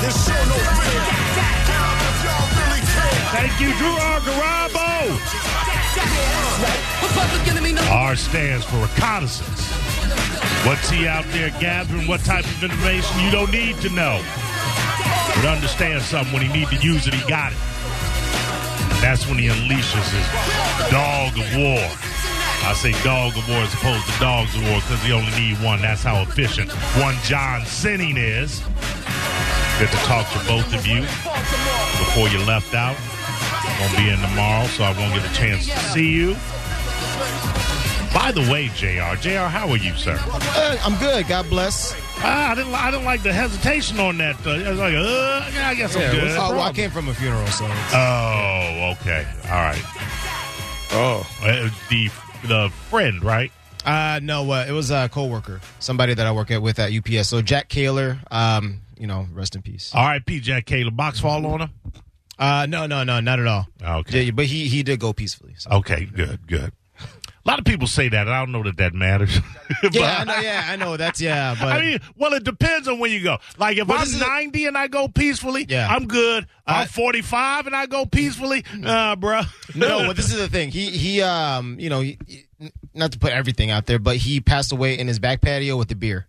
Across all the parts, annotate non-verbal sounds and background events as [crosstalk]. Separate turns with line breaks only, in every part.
This show no fear. Down if y'all really care.
Thank you, Drew R. Garabo.
Public enemy number
R stands for reconnaissance. What's he out there gathering? What type of information you don't need to know? But understand something when he need to use it, he got it. And that's when he unleashes his dog of war. I say dog of war as opposed to dogs of war because you only need one. That's how efficient one John Sinning is. Good to talk to both of you before you left out. I'm gonna be in tomorrow, so I won't get a chance to see you. By the way, Jr. Jr. How are you, sir?
Uh, I'm good. God bless.
Ah, I didn't. I didn't like the hesitation on that. Uh, I was like, uh, yeah, I guess I'm
Yeah,
good.
what's- oh, well, I came from a funeral, so. it's-
Oh, okay, all right.
Oh.
Uh, the the friend, right?
Uh, no, uh, it was a coworker, somebody that I work at with at UPS. So Jack Kaler, um, you know, rest in peace.
R.I.P. Jack Caleb. Box fall on him.
Uh, no, no, no, not at all.
Okay.
Yeah, but he he did go peacefully. So.
Okay, good, good. A lot of people say that. and I don't know that that matters. [laughs]
Yeah, I know. Yeah, I know. That's [laughs] yeah, but
I mean, well, it depends on where you go. Like, if
But
I'm
this is a-
90 and I go peacefully,
Yeah.
I'm good. I'm
I-
45 and I go peacefully,
Mm-hmm.
nah, bruh. [laughs]
no, but this is the thing. He he um, you know, he, he- not to put everything out there, but he passed away in his back patio with the beer.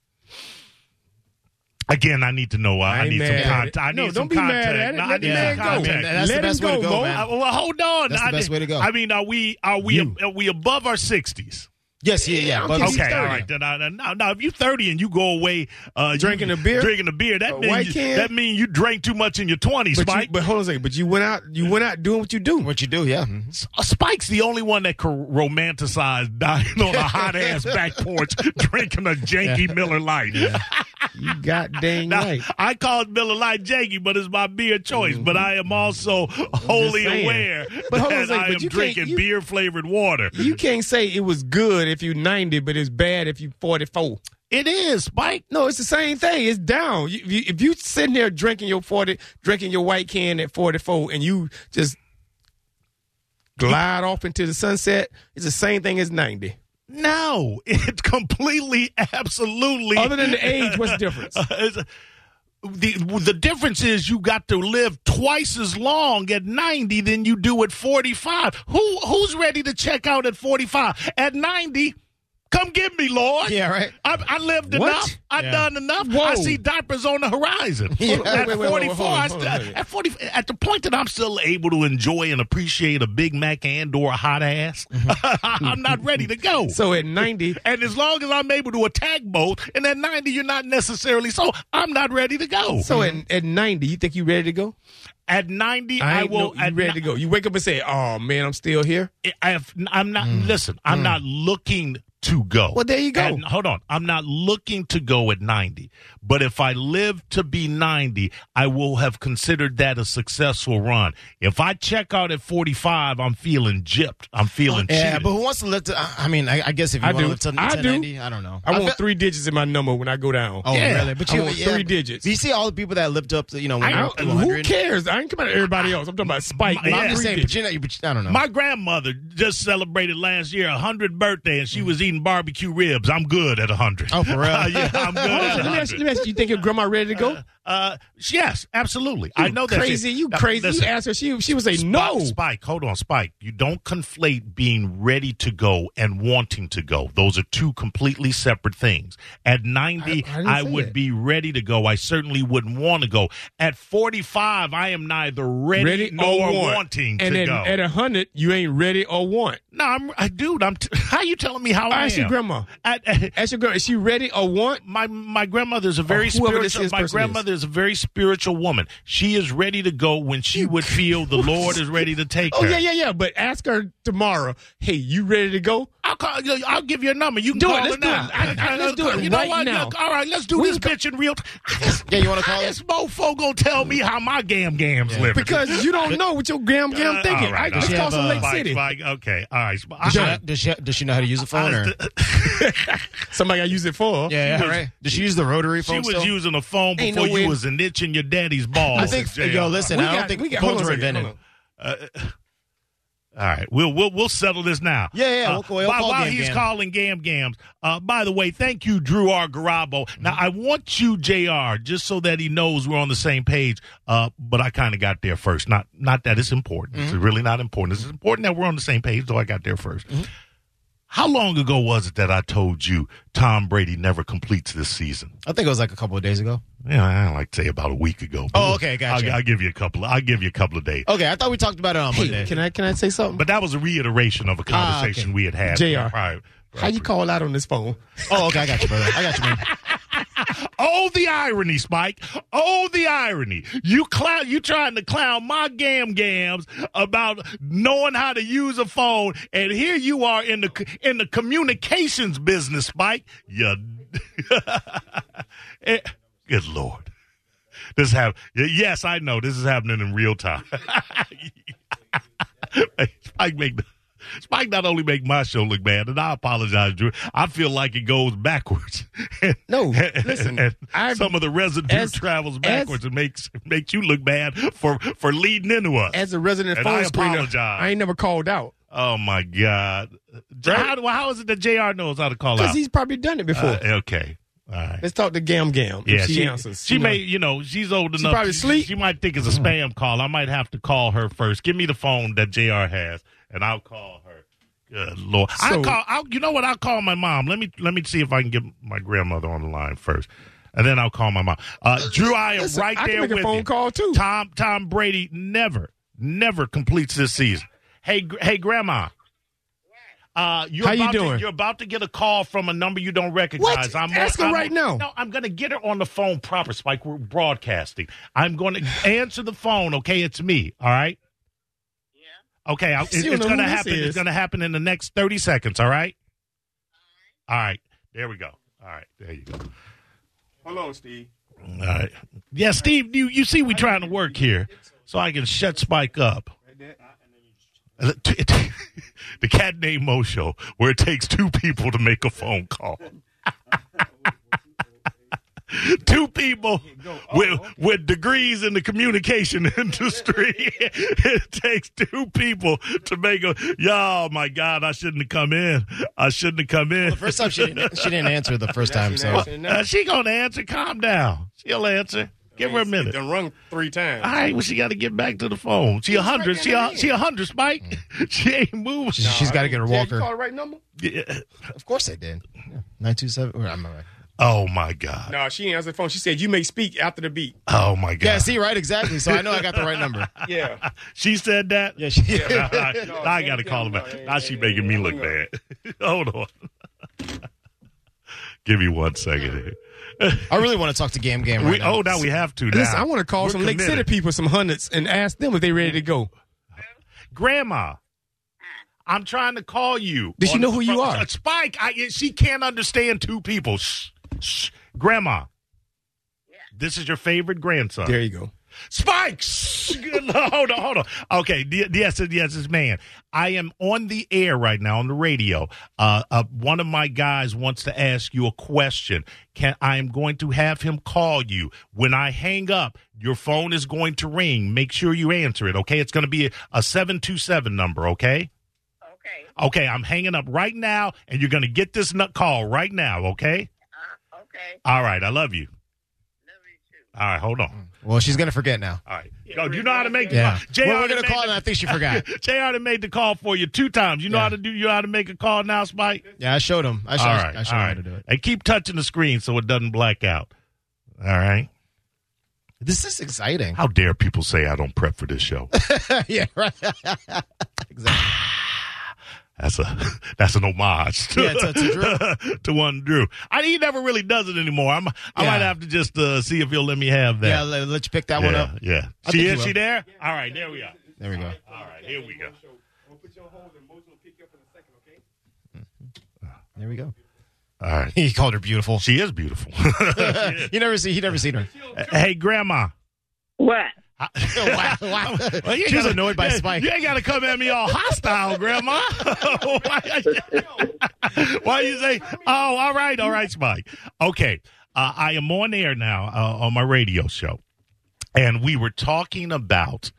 Again, I need to know. Uh, I,
ain't
need some
mad at
contact.
it.
I need
No,
some
don't be mad
contact.
at it.
No, I
Let the
need
man
some
go.
contact.
Man, that's
Let
the best
him
way to
go,
go,
Mo.
man.
Uh, well, hold on.
That's the
I
best way to go.
I mean, are we are we
You.
are we above our sixties?
Yes, yeah, yeah. But
Okay, all right. Then I, then- now, now, if you're 30 and you go away uh,
Drinking
you,
a beer?
drinking a beer, that
A white
means you,
can?
that mean you drank too much in your 20s,
But, you,
Spike.
but hold on a second. But you went out. You went out doing what you do.
What you do, yeah. Mhm.
S- Uh, Spike's the only one that could romanticize dying on a hot
[laughs]
ass back porch drinking a janky Miller Lite.
You got
[laughs]
dang
Now,
right. Mm-hmm.
I call it Miller Lite janky, but it's my beer choice. But I am also wholly
saying.
aware
But hold on a
that
second,
I
but
am
you can't-
drinking
you-
beer flavored water.
You can't say it was good if you 90, but it's bad if you 44.
It is, Spike.
No, it's the same thing. It's down. You, you, if you sitting there drinking your 40, drinking your white can at 44 and you just glide off into the sunset, it's the same thing as
[laughs]
90.
No, [laughs] it's completely, absolutely.
Other than the age, what's
[laughs]
the difference?
It's- the the difference is you got to live twice as long at 90 than you do at 45. Who who's ready to check out at 45? At 90, come get me, Lord.
Yeah, right.
I, I lived
What?
enough. I
Yeah.
done enough. I
Whoa.
see diapers on the horizon.
Yeah.
At
Wait, wait, wait, wait,
44,
hold on,
I
hold
still-
on, wait.
at 40, at the point that I'm still able to enjoy and appreciate a Big Mac and or a hot ass, [laughs] I'm not ready to go.
Mm-hmm. [laughs] So at 90,
And as long as I'm able to attack both, and at 90, you're not necessarily so, I'm not ready to go.
so at, at 90, you think you ready to go?
at 90, I,
ain't
will.
know
at
you ready to go. You wake up and say, oh, man, I'm still here.
I have, I'm not, listen, I'm not looking to go.
Mm. Well, there you go.
At- hold on. I'm not looking to go at 90. But if I live to be 90, I will have considered that a successful run. If I check out at 45, I'm feeling gypped. I'm feeling
Yeah,
cheated.
but who wants to live to? I, I mean, I, I guess if you
I
want to
do.
live to
I do.
1090, I don't know.
I want
feel-
three digits in my number when I go down.
Oh,
Yeah.
really? But
I
you
want three digits.
Do you see all the people that lived up to you know when
I
they're up
don't,
to
who
100?
cares? I ain't talking about everybody else. I'm talking about Spike.
My-
Well,
My
I'm just
three
saying,
digits.
but you know, but you- I don't know.
My grandmother just celebrated last year a hundred birthday, and she
Mm.
was eating barbecue ribs. I'm good at a hundred.
Oh,
[laughs]
for real?
[laughs] yeah, I'm good
Hold on,
at a
let me ask you,
hundred.
let me ask you, you think your grandma ready to go?
Uh, yes, absolutely. I know that
crazy.
she-
You
Now,
crazy.
listen,
you asked her. She she would say
Spike-
no.
Spike, hold on, Spike. You don't conflate being ready to go and wanting to go. Those are two completely separate things. At 90,
I-
I,
I didn't say
would
that.
be ready to go. I certainly wouldn't want to go. At 45, I am neither ready,
Ready
nor
or want.
wanting
and
to
at,
go.
at a hundred, you ain't ready or want.
no, I'm, I, dude, I'm t- [laughs] how you telling me how I
Ask your
am?
grandma.
At- at-
Ask your grandma. Is she ready or want?
my my grandmother is a very
Or Oh, whoever this
spiritual.
is
My
person
grandmother is. a very spiritual woman. She is ready to go when she would feel the Lord is ready to take
Oh
her.
yeah, yeah, yeah. But ask her tomorrow. Hey, you ready to go?
I'll call. you know, I'll give you a number. You can
Do it.
call
Let's
her
do it.
now.
I- I- let's do it
You know
right
what?
now.
Look, all right, let's do
We
this
can-
bitch in real. time.
Yeah, you wanna call
How
her?
This mofo gonna tell me how my gam gam's living.
Because you don't know what your gram
Uh,
gam thinking.
all right,
I just
all
called
right.
some Lake
Spike,
City.
Spike, okay, all right. Spike.
does,
I-
she, does she does she know how to use a phone? Or,
Somebody I use it for.
yeah,
was-
right. Does she use the rotary
She
phone?
was
still?
using a phone
Ain't
before
no
you
way-
was itching your daddy's balls.
I think.
Jay.
Yo, listen.
We
I don't
got-
think
we got- hold
phones
on a
were
second,
invented.
hold
All right, we'll we'll we'll settle this now.
Yeah, yeah,
Uh,
we'll call- we'll
while
call
while
Gam
he's
Gam.
calling Gam Gams. Uh, by the way, thank you, Drew R. Garabo.
Mm-hmm.
Now I want you, Jr. Just so that he knows we're on the same page. Uh, but I kind of got there first. Not not that it's important. It's
Mm-hmm.
really not important. It's important that we're on the same page. Though I got there 1st How long ago was it that I told you Tom Brady never completes this season?
I think it was like a couple of days ago.
Yeah, I don't like to say about a week ago. but
Oh, okay, gotcha.
I'll, I'll give you a couple. I'll give you a couple of days.
Okay, I thought we talked about it on Monday.
Hey, can I can I say something?
But that was a reiteration of a
Ah, okay.
conversation we had had.
JR.
prior-
How you call out on this phone?
oh, okay, I got you, brother. I got you, man.
Oh, the irony, Spike. Oh, the irony. You clown. You trying to clown my gam gams about knowing how to use a phone, and here you are in the c- in the communications business, Spike. You. [laughs] Eh, Good lord. This have yes, I know this is happening in real time. [laughs] Spike make the, Spike not only make my show look bad, and I apologize, Drew. I feel like it goes backwards. [laughs]
No, listen,
And
I-
some of the residue
as-
travels backwards and makes makes you look bad for for leading into us.
As a resident
And
phone
I
screener,
apologize.
I ain't never called out
oh my god!
Right?
How, do- how is it that Jr. knows how to call
because
out?
he's probably done it before.
Uh, okay, all right.
Let's talk to Gam Gam.
Yeah,
if she, answers.
She
you know.
may, you know, she's old enough.
probably Mm-hmm.
she,
sleep.
She might think it's a spam call. I might have to call her first. Give me the phone that Jr. has, and I'll call her. Good lord! I
So-
call. I'll, you know what? I'll call my mom. Let me let me see if I can get my grandmother on the line first, and then I'll call my mom. Uh, Drew, I am
Listen,
right
I can
there
make a
with
phone
you.
call, too.
Tom Tom Brady never never completes this season. Hey gr- hey, grandma. Uh, you're
How you
about To,
doing?
you're about to get a call from a number you don't recognize.
What? Ask her
I'm-
right now.
No, I'm going to get her on the phone proper, Spike. We're broadcasting. I'm going to answer the phone. Okay, it's me. All right. Yeah. Okay, I'll, it-
You don't
it's
know
going to
who this
happen. It's
is.
going to happen in the next thirty seconds. All right. All right. There we go. All right. There you go.
Hello, Steve.
All right. Yeah, Steve. You you see, we trying to work here, so I can shut Spike up. [laughs] the cat named Mo show, where it takes two people to make a phone call. [laughs] two people with with degrees in the communication [laughs] industry. it takes two people to make a. Y'all, my God, I shouldn't have come in. I shouldn't have come in.
First time she didn't, she didn't answer the first time, so
Well,
Uh, she gonna answer. Calm down. She'll answer. Give her a minute.
Done rung three times.
All right, well, she got to get back to the phone. She a hundred. She a, she a hundred, Spike.
Mm.
[laughs] she ain't moving.
she's got to get her
Yeah, you
walker.
call the right number?
Yeah.
Of course I did. Yeah. Nine two seven. or, I'm all right.
Oh my god.
No, she answered the phone. She said, "You may speak after the
[laughs]
beat."
Oh my god.
Yeah, see, right, exactly. So I know I got the
[laughs]
right number.
Yeah,
she said that.
Yeah, [laughs] she,
[laughs] All
[laughs]
right,
No,
I got to
yeah,
call her
no,
back.
yeah,
Now
yeah,
she
yeah,
making me
yeah,
look
yeah.
bad. [laughs] Hold on. [laughs] Give me one second here.
I really want to talk to Gam Gam right
We,
now.
oh, now we have to. Now.
Listen, I want to call
We're
some Lake City
committed.
people, some hundreds, and ask them if they ready to go.
Grandma, I'm trying to call you.
Does she
On-
know who you
from-
are?
Spike, I, she can't understand two people. Shh, shh. Grandma, this is your favorite grandson.
There you go.
[laughs] Spikes. hold on, hold on. Okay, y- yes, yes, yes, man. I am on the air right now on the radio. Uh, uh, one of my guys wants to ask you a question. Can I am going to have him call you when I hang up? Your phone is going to ring. Make sure you answer it. Okay, it's going to be a seven two seven number. Okay.
Okay.
Okay, I'm hanging up right now, and you're going to get this nut call right now. Okay.
Uh, okay.
All right. I love you.
Love you too.
All right. Hold on.
Well, she's gonna forget now.
All right. Yo, you know how to make
Yeah.
JR
well, we're gonna
made
call
the-
her. and I think
[laughs]
she forgot.
JR done made the call for you two times. You know
Yeah.
how to do you know how to make a call now, Spike?
Yeah, I showed him. I showed,
all right.
I showed
all
him
right.
how to do it.
And keep touching the screen so it doesn't black out. All right.
This is exciting.
How dare people say I don't prep for this show?
[laughs] yeah, right. exactly.
That's a that's an homage to,
Yeah, to- to
[laughs] to one Drew. I he never really does it anymore. I'm, I
Yeah.
might have to just uh, see if he'll let me have that.
Yeah, let, let you pick that one
yeah,
up.
yeah. She
I think he
is
will.
she there? All right, there we are.
There we go.
All right, here we go.
There we go.
All right.
[laughs] He called her beautiful.
She is
[laughs]
beautiful.
you never see. He never seen her.
hey, Grandma.
What?
[laughs] wow,
[laughs]
wow.
Well, you ain't
She's
gotta-
annoyed by
yeah,
Spike.
You ain't got to come at me all hostile, Grandma. [laughs] Why- Why you say, oh, all right, all right, Spike. Okay, uh, I am on air now uh, on my radio show, and we were talking about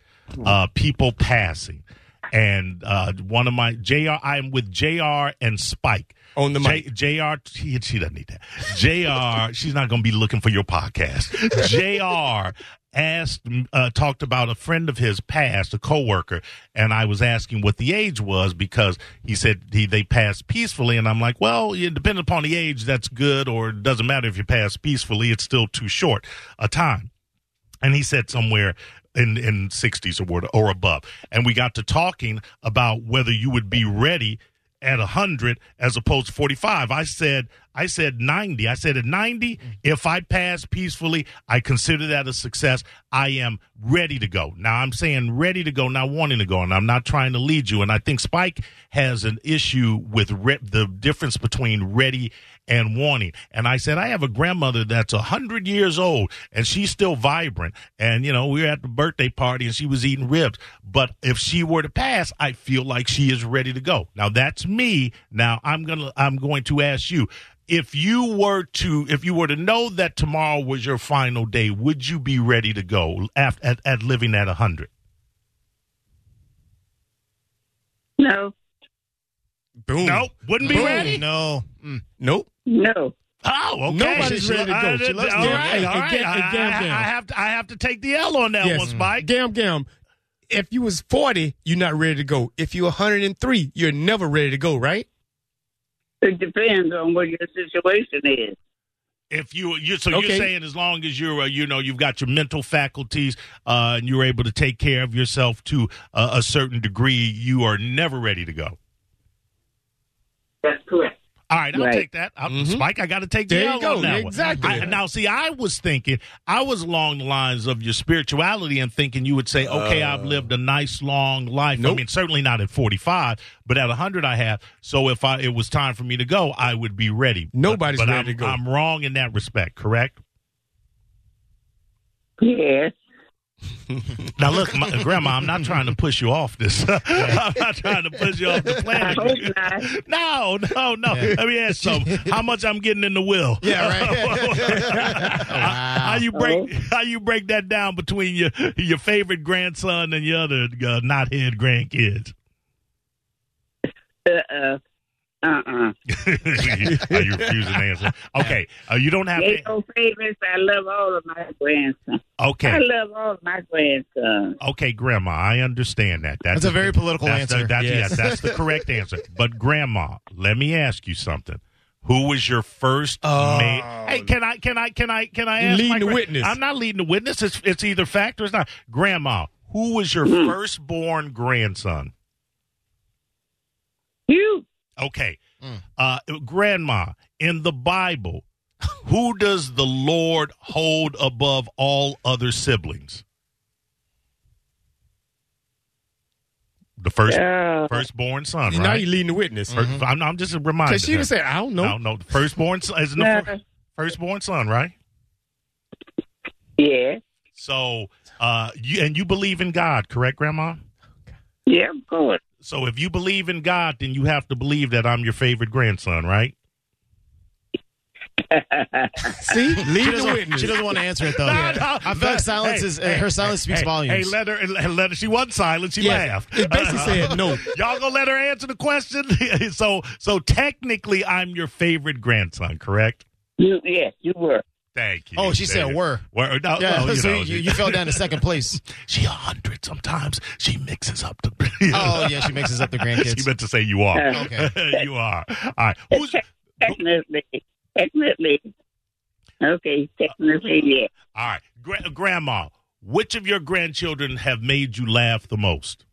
uh, people passing. and uh, one of my Jr. I'm with Jr. and Spike
On the
J- Jr. She, she doesn't need that. Jr. [laughs] she's not going to be looking for your podcast. Jr. asked uh, talked about a friend of his past, a coworker, and I was asking what the age was because he said he, they passed peacefully, and I'm like, well, it depends upon the age. That's good, or it doesn't matter if you pass peacefully. It's still too short a time and he said somewhere in in 60s or what- or above and we got to talking about whether you would be ready at 100 as opposed to 45 i said i said 90 i said at 90 if i pass peacefully i consider that a success i am ready to go now i'm saying ready to go not wanting to go and i'm not trying to lead you and i think spike has an issue with re- the difference between ready and wanting. And I said, I have a grandmother that's a hundred years old and she's still vibrant. And you know, we were at the birthday party and she was eating ribs. But if she were to pass, I feel like she is ready to go. Now that's me. Now I'm gonna I'm going to ask you. If you were to, if you were to know that tomorrow was your final day, would you be ready to go at, at, at living at hundred?
No.
Boom.
No, wouldn't be
Boom.
ready.
No. Mm.
Nope.
No.
Oh, okay.
Nobody's
She-
ready to
I-
go.
I-
She loves
all
them.
right,
Hey,
all
and
right.
Gam-
I,
and Gam
I-
Gam.
I have to, I have to take the L on that one, Spike.
Gam Gam. If you was 40, you're not ready to go. If you're 103, you're never ready to go, right?
It depends on what your situation is.
If you you so you're
Okay.
saying as long as you're uh, you know you've got your mental faculties uh, and you're able to take care of yourself to uh, a certain degree, you are never ready to go.
That's correct.
All right, I'll
Right.
take that. I'll,
Mhm.
Spike, I got to take
There
the
you
L
go.
on that one.
Exactly.
I- now, see, I was thinking, I was along the lines of your spirituality and thinking you would say, okay, I've lived a nice long life. I
Uh. Nope.
mean, certainly not at 45, but at 100 I have. So if I it was time for me to go, I would be ready.
Nobody's
but, but
ready
I'm,
to go.
I'm wrong in that respect, correct?
Yes.
Now, look, my, [laughs] Grandma, I'm not trying to push you off this. [laughs] I'm not trying to push you off [laughs] the
I
planet.
hope not.
No, no, no. Let me ask you something. How much I'm getting in the will?
Yeah, [laughs] right.
[laughs] how you break how you break that down between your your favorite grandson and your other uh, not head grandkids? [laughs]
Uh-uh. Uh-uh.
Are you refusing to answer? Okay, uh, you don't have
Ain't
to.
no favorites. I love all of my grandsons. I
Okay,
love all of my grandsons.
okay, Grandma, I understand that.
That's a very political
that's
answer.
The, that's,
Yes.
yes, that's the correct
[laughs]
answer. But Grandma, let me ask you something. Who was your first
Oh.
ma- Hey, can I can I can I can I
You're
ask
leading
my
the
gran-
witness.
I'm not leading the witness. It's it's either fact or it's not. Grandma, who was your firstborn grandson?
You.
Okay. Uh, grandma, in the Bible, who does the Lord hold above all other siblings? The first
Uh,
firstborn son,
Now
right?
you're leading the witness.
First- I'm, I'm just a reminder.
Because she would say, I don't know.
no, no, the firstborn son is the
no.
fir- firstborn son, right?
Yeah.
So, uh, you and you believe in God, correct, Grandma?
Yeah, of course.
So, if you believe in God, then you have to believe that I'm your favorite grandson, right?
See?
She
Lead the
doesn't,
witness.
she doesn't want to answer it
[laughs]
though.
No, no,
Oh, I feel
no.
like silence
uh, Hey,
is uh,
hey,
her silence speaks
hey,
volumes.
Hey, let her, let her. She wasn't silent. She
Yes.
laughed. Uh,
It basically
[laughs]
said no.
[laughs] Y'all gonna let her answer the question? [laughs] so, so technically, I'm your favorite grandson, correct?
You, yes, you were.
Thank you.
oh, she
There
said
you-
were.
Were- no,
Yeah,
well, you
so
know,
Oh, you,
she-
you fell down to second [laughs] place.
She a hundred. Sometimes she mixes up the. [laughs]
Oh yeah, she mixes up the
she
grandkids.
meant to say you are.
Uh,
Okay.
[laughs] you are. All right. Who's,
Technically. Technically. Okay, technically, yeah.
all right, Gra- Grandma. Which of your grandchildren have made you laugh the most?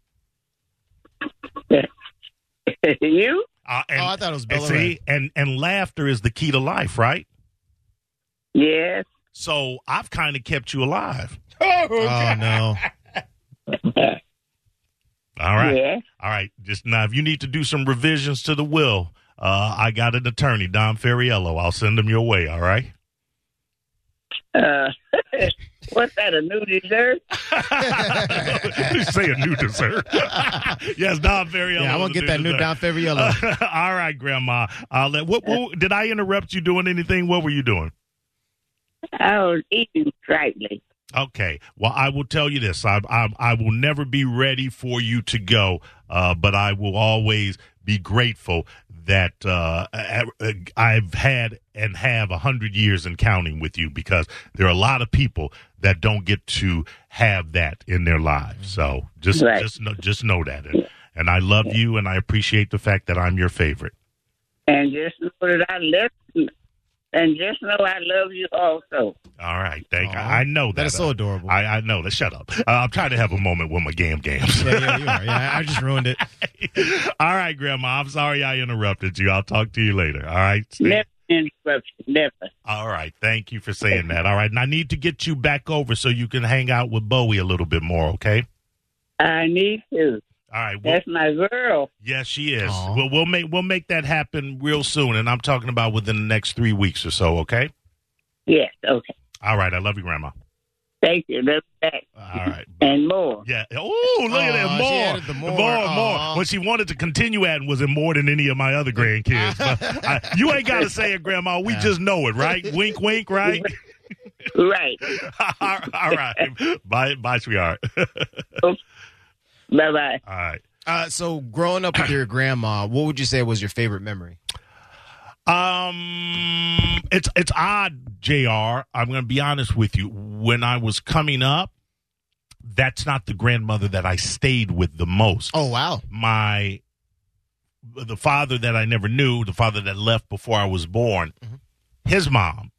[laughs] you?
Uh, and,
oh, I thought it was
and
Bella. Ray.
see, and and laughter is the key to life, right?
Yes.
So I've kind of kept you alive.
Oh [laughs] no.
All right.
Yes.
All right. Just now, if you need to do some revisions to the will, uh, I got an attorney, Don Ferriello. I'll send him your way. All
[laughs]
right.
Uh, [laughs] what's that, a new dessert?
Say a new dessert. [laughs] yes, Don Ferriello.
Yeah, I won't
is a
get that new
dessert.
Don Ferriello.
[laughs] all right, Grandma. I'll let, what, what, did I interrupt you doing anything? What were you doing?
Oh, I was eating slightly.
Okay. Well, I will tell you this. I, I, I will never be ready for you to go, uh, but I will always be grateful that uh, I- I've had and have a 100 years in counting with you because there are a lot of people that don't get to have that in their lives. So just
Right.
just, know, just know that. And, and I love you and I appreciate the fact that I'm your favorite.
And just know that I love and just know I love you also.
All right. Thank
Aw.
I, I know that. uh,
That is so adorable.
I, I know that. Shut up. Uh, I'm trying to have a moment with my gam gams.
yeah, yeah, you are. Yeah, I just ruined it.
[laughs] All right, Grandma. I'm sorry I interrupted you. I'll talk to you later. All right. Stay-
Never interrupt you, never.
All right. Thank you for saying that. All right. And I need to get you back over so you can hang out with Bowie a little bit more, okay?
I need to.
All right. Well,
That's my girl.
yes, she is.
Aw.
Well, we'll make we'll make that happen real soon, and I'm talking about within the next three weeks or so. Okay.
Yes, okay.
All right. I love you, Grandma.
Thank you. Love you back.
All
[laughs]
right.
And more.
Yeah. Oh, look at
Aw,
that.
she
More.
added the more.
more.
Aw.
more. What she wanted to continue adding was it more than any of my other grandkids.
[laughs]
But I, you ain't got to say it, Grandma. We just know it, right? Wink, wink, right?
Right.
All right. Bye, bye, sweetheart. All
Bye bye.
right.
Uh, so, growing up with your grandma, what would you say was your favorite memory?
Um, it's it's odd, Jr. I'm going to be honest with you. When I was coming up, that's not the grandmother that I stayed with the most.
Oh wow,
my the father that I never knew, the father that left before I was born, his mom,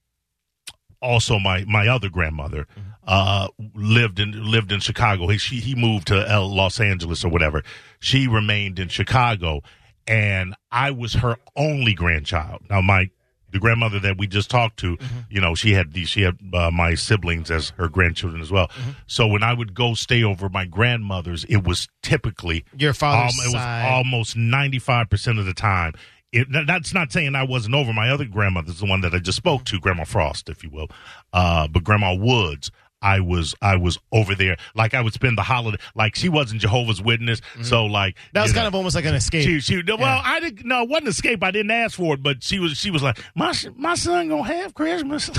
also my my other grandmother, uh, lived in lived in Chicago. He she, he moved to L, Los Angeles or whatever. She remained in Chicago, and I was her only grandchild. Now my the grandmother that we just talked to, you know, she had these, she had uh, my siblings as her grandchildren as well. So when I would go stay over my grandmother's, it was typically
your father's
um, it
side.
was almost 95% of the time. It, that- that's not saying I wasn't over my other grandmother's, the one that I just spoke to, Grandma Frost, if you will, uh, but Grandma Woods. I was I was over there like I would spend the holiday like she wasn't Jehovah's Witness so like
Mm-hmm. that was
you know,
kind of almost like an escape.
she, she, well, I didn't. No, it wasn't escape. I didn't ask for it, but she was. She was like, my my son gonna have Christmas. [laughs]
[laughs]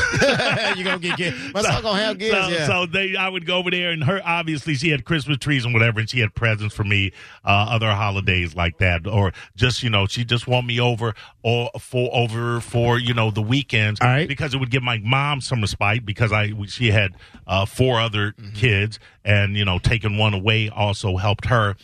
you gonna get kids. My son gonna have kids.
So,
yeah.
so they, I would go over there, and her obviously she had Christmas trees and whatever, and she had presents for me, uh, other holidays like that, or just you know she just want me over or for over for you know the weekends,
All right.
Because it would give my mom some respite because I she had uh, four other
Mm-hmm.
kids, and you know taking one away also helped her.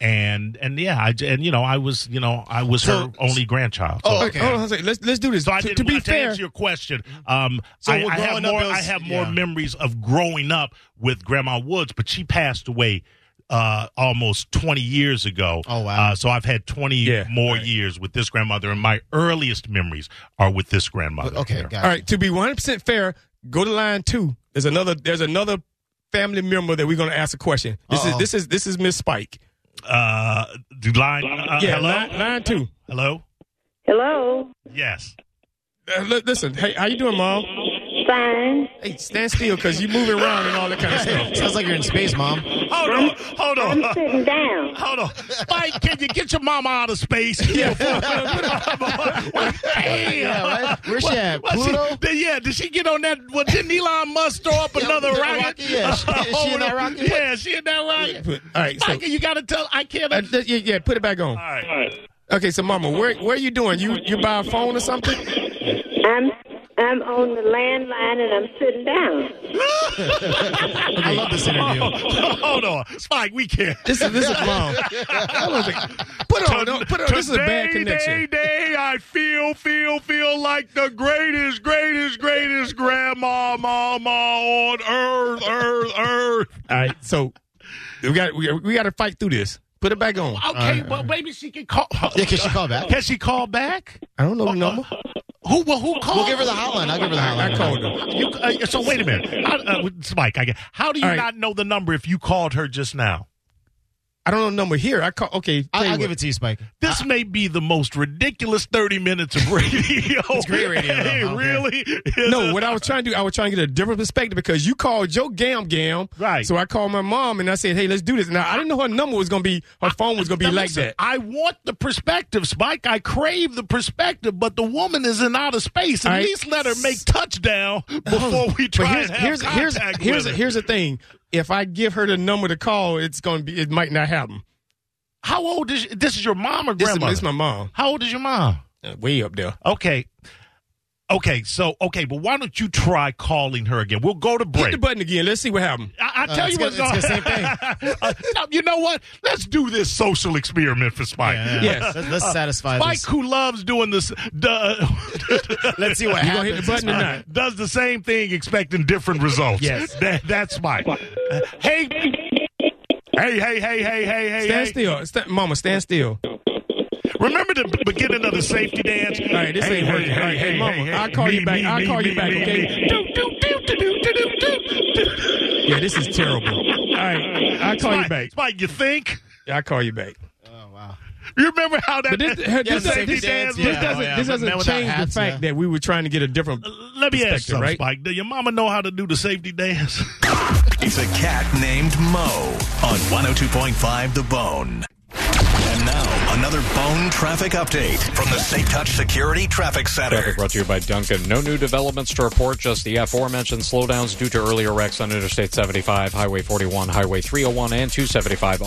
And and yeah, I j and you know I was you know I was her
So-
only grandchild. So-
oh,
Okay. Hold on a second. Let's let's do this.
so I
to,
did,
to be
well,
fair,
to answer your question, um,
So
I,
we're
I have
growing up,
more.
it was-
I have more
yeah.
memories of growing up with Grandma Woods, but she passed away uh, almost 20 years ago.
Oh, wow.
Uh, so I've had 20
Yeah,
more years with this grandmother, and my earliest memories are with this grandmother.
okay,
here.
got it.
all right. To be one hundred percent fair, go to line two. There's another. There's another family member that we're gonna ask a question. This
Uh-oh.
is this is this is Miss Spike.
Uh, the line. Uh,
yeah.
hello.
Line, line two.
Hello.
Hello.
Yes.
Uh, li- listen. Hey, how you doing, mom?
Fine.
Hey, stand still because you moving around and all that kind of stuff.
[laughs]
Sounds like you're in space, mom.
Hold on. Hold
I'm
on.
sitting down.
Hold on. Spike, can you get your mama out of space?
[laughs]
Damn.
Yeah, right? Where's she at?
Well, she-
Pluto?
th- yeah, did she get on that? Well, didn't Elon Musk throw up another
yeah,
rocket?
rocket, yeah. She-
[laughs]
she
Over
in that
the-
rocket?
Yeah, she in that rocket.
Put- All right. So,
Fuck it, you gotta tell. I can't.
uh, th- yeah, yeah, put it back on.
all right.
Okay, so Mama, where where you doing? You you by a phone or something?
I'm I'm on the landline and I'm sitting down.
I love this interview.
[laughs]
[laughs]
Hold on, Spike. We can't.
This is this is mom. put it on, don't- put it on. This is a bad
Today,
connection.
Day, day, I feel, feel, feel like the greatest, greatest, greatest grandma, mama on earth, earth, earth.
All right, so we got we, we got to fight through this. Put it back on.
Okay, well, maybe she can call.
Yeah, can she call back?
Can she call back?
I don't know the number.
Who? Well, who called?
We'll give her the hotline. I'll give her the
I, I
hotline.
called her.
You, uh, so wait a
[laughs]
minute, how, uh, Spike. I, get- how do you
All right.
not know the number if you called her just now?
I don't know the number here. I call. Okay, tell
I'll,
you
I'll
what.
give it to you, Spike.
This
Uh,
may be the most ridiculous 30 minutes of
[laughs]
radio. It's
great radio, though. I
it
don't
really is.
No, what I was trying to do, I was trying to get a different perspective because you called your gam gam.
Right.
So I called my mom and I said, hey, let's do this. Now, I didn't know her number was going to be, her phone was going to
Now,
be like
listen,
that.
I want the perspective, Spike. I crave the perspective, but the woman is in outer space. At
All right. Oh.
least let her make touchdown before we
But
try
here's
and have
here's here's
contact
here's,
with her.
here's the thing. If I give her the number to call, it's going to be, it might not happen.
How old is this? Is your mom or
This is,
grandmother?
this is my mom.
How old is your mom?
Uh, Way up there.
Okay. Okay, so okay, but why don't you try calling her again? We'll go to
Hit
break.
the button again. Let's see what happens.
I, I
Uh,
tell you what's
it's gonna-
going.
it's
on. [laughs] Uh, no, you know what? Let's do this social experiment for Spike.
Yes.
Let's, let's satisfy
Spike,
this.
who loves doing this, duh,
Let's see what
You going to hit
happens.
the button or not?
[laughs] does the same thing expecting different results.
Yes.
That, that's Spike. Uh, hey, hey, hey, hey, hey, hey, hey.
Stand
hey.
still. Sta- Mama, stand still. All
Remember the b- beginning of the safety dance? All
right, this ain't working. All right, hey, Mama, I'll call you back. I'll call you back, okay? Yeah, this is terrible. All right. I'll call you
Spike,
back.
Spike, you think?
Yeah, I'll call you back.
Oh, wow.
You remember how that?
But this, her-
Yeah,
this,
the
this,
safety
this,
dance, yeah.
doesn't,
Oh, yeah.
this
Men
doesn't
without
change
hats,
the fact
yeah.
that we were trying to get a different.
Let me ask you,
right?
Spike. Do your mama know how to do the safety dance?
It's a cat named Mo on 102.5 The Bone. And now, another bone traffic update from the Safe Touch Security Traffic Center.
Traffic brought to you by Duncan. No new developments to report, just the aforementioned slowdowns due to earlier wrecks on Interstate 75, Highway 41, Highway 301, and 275.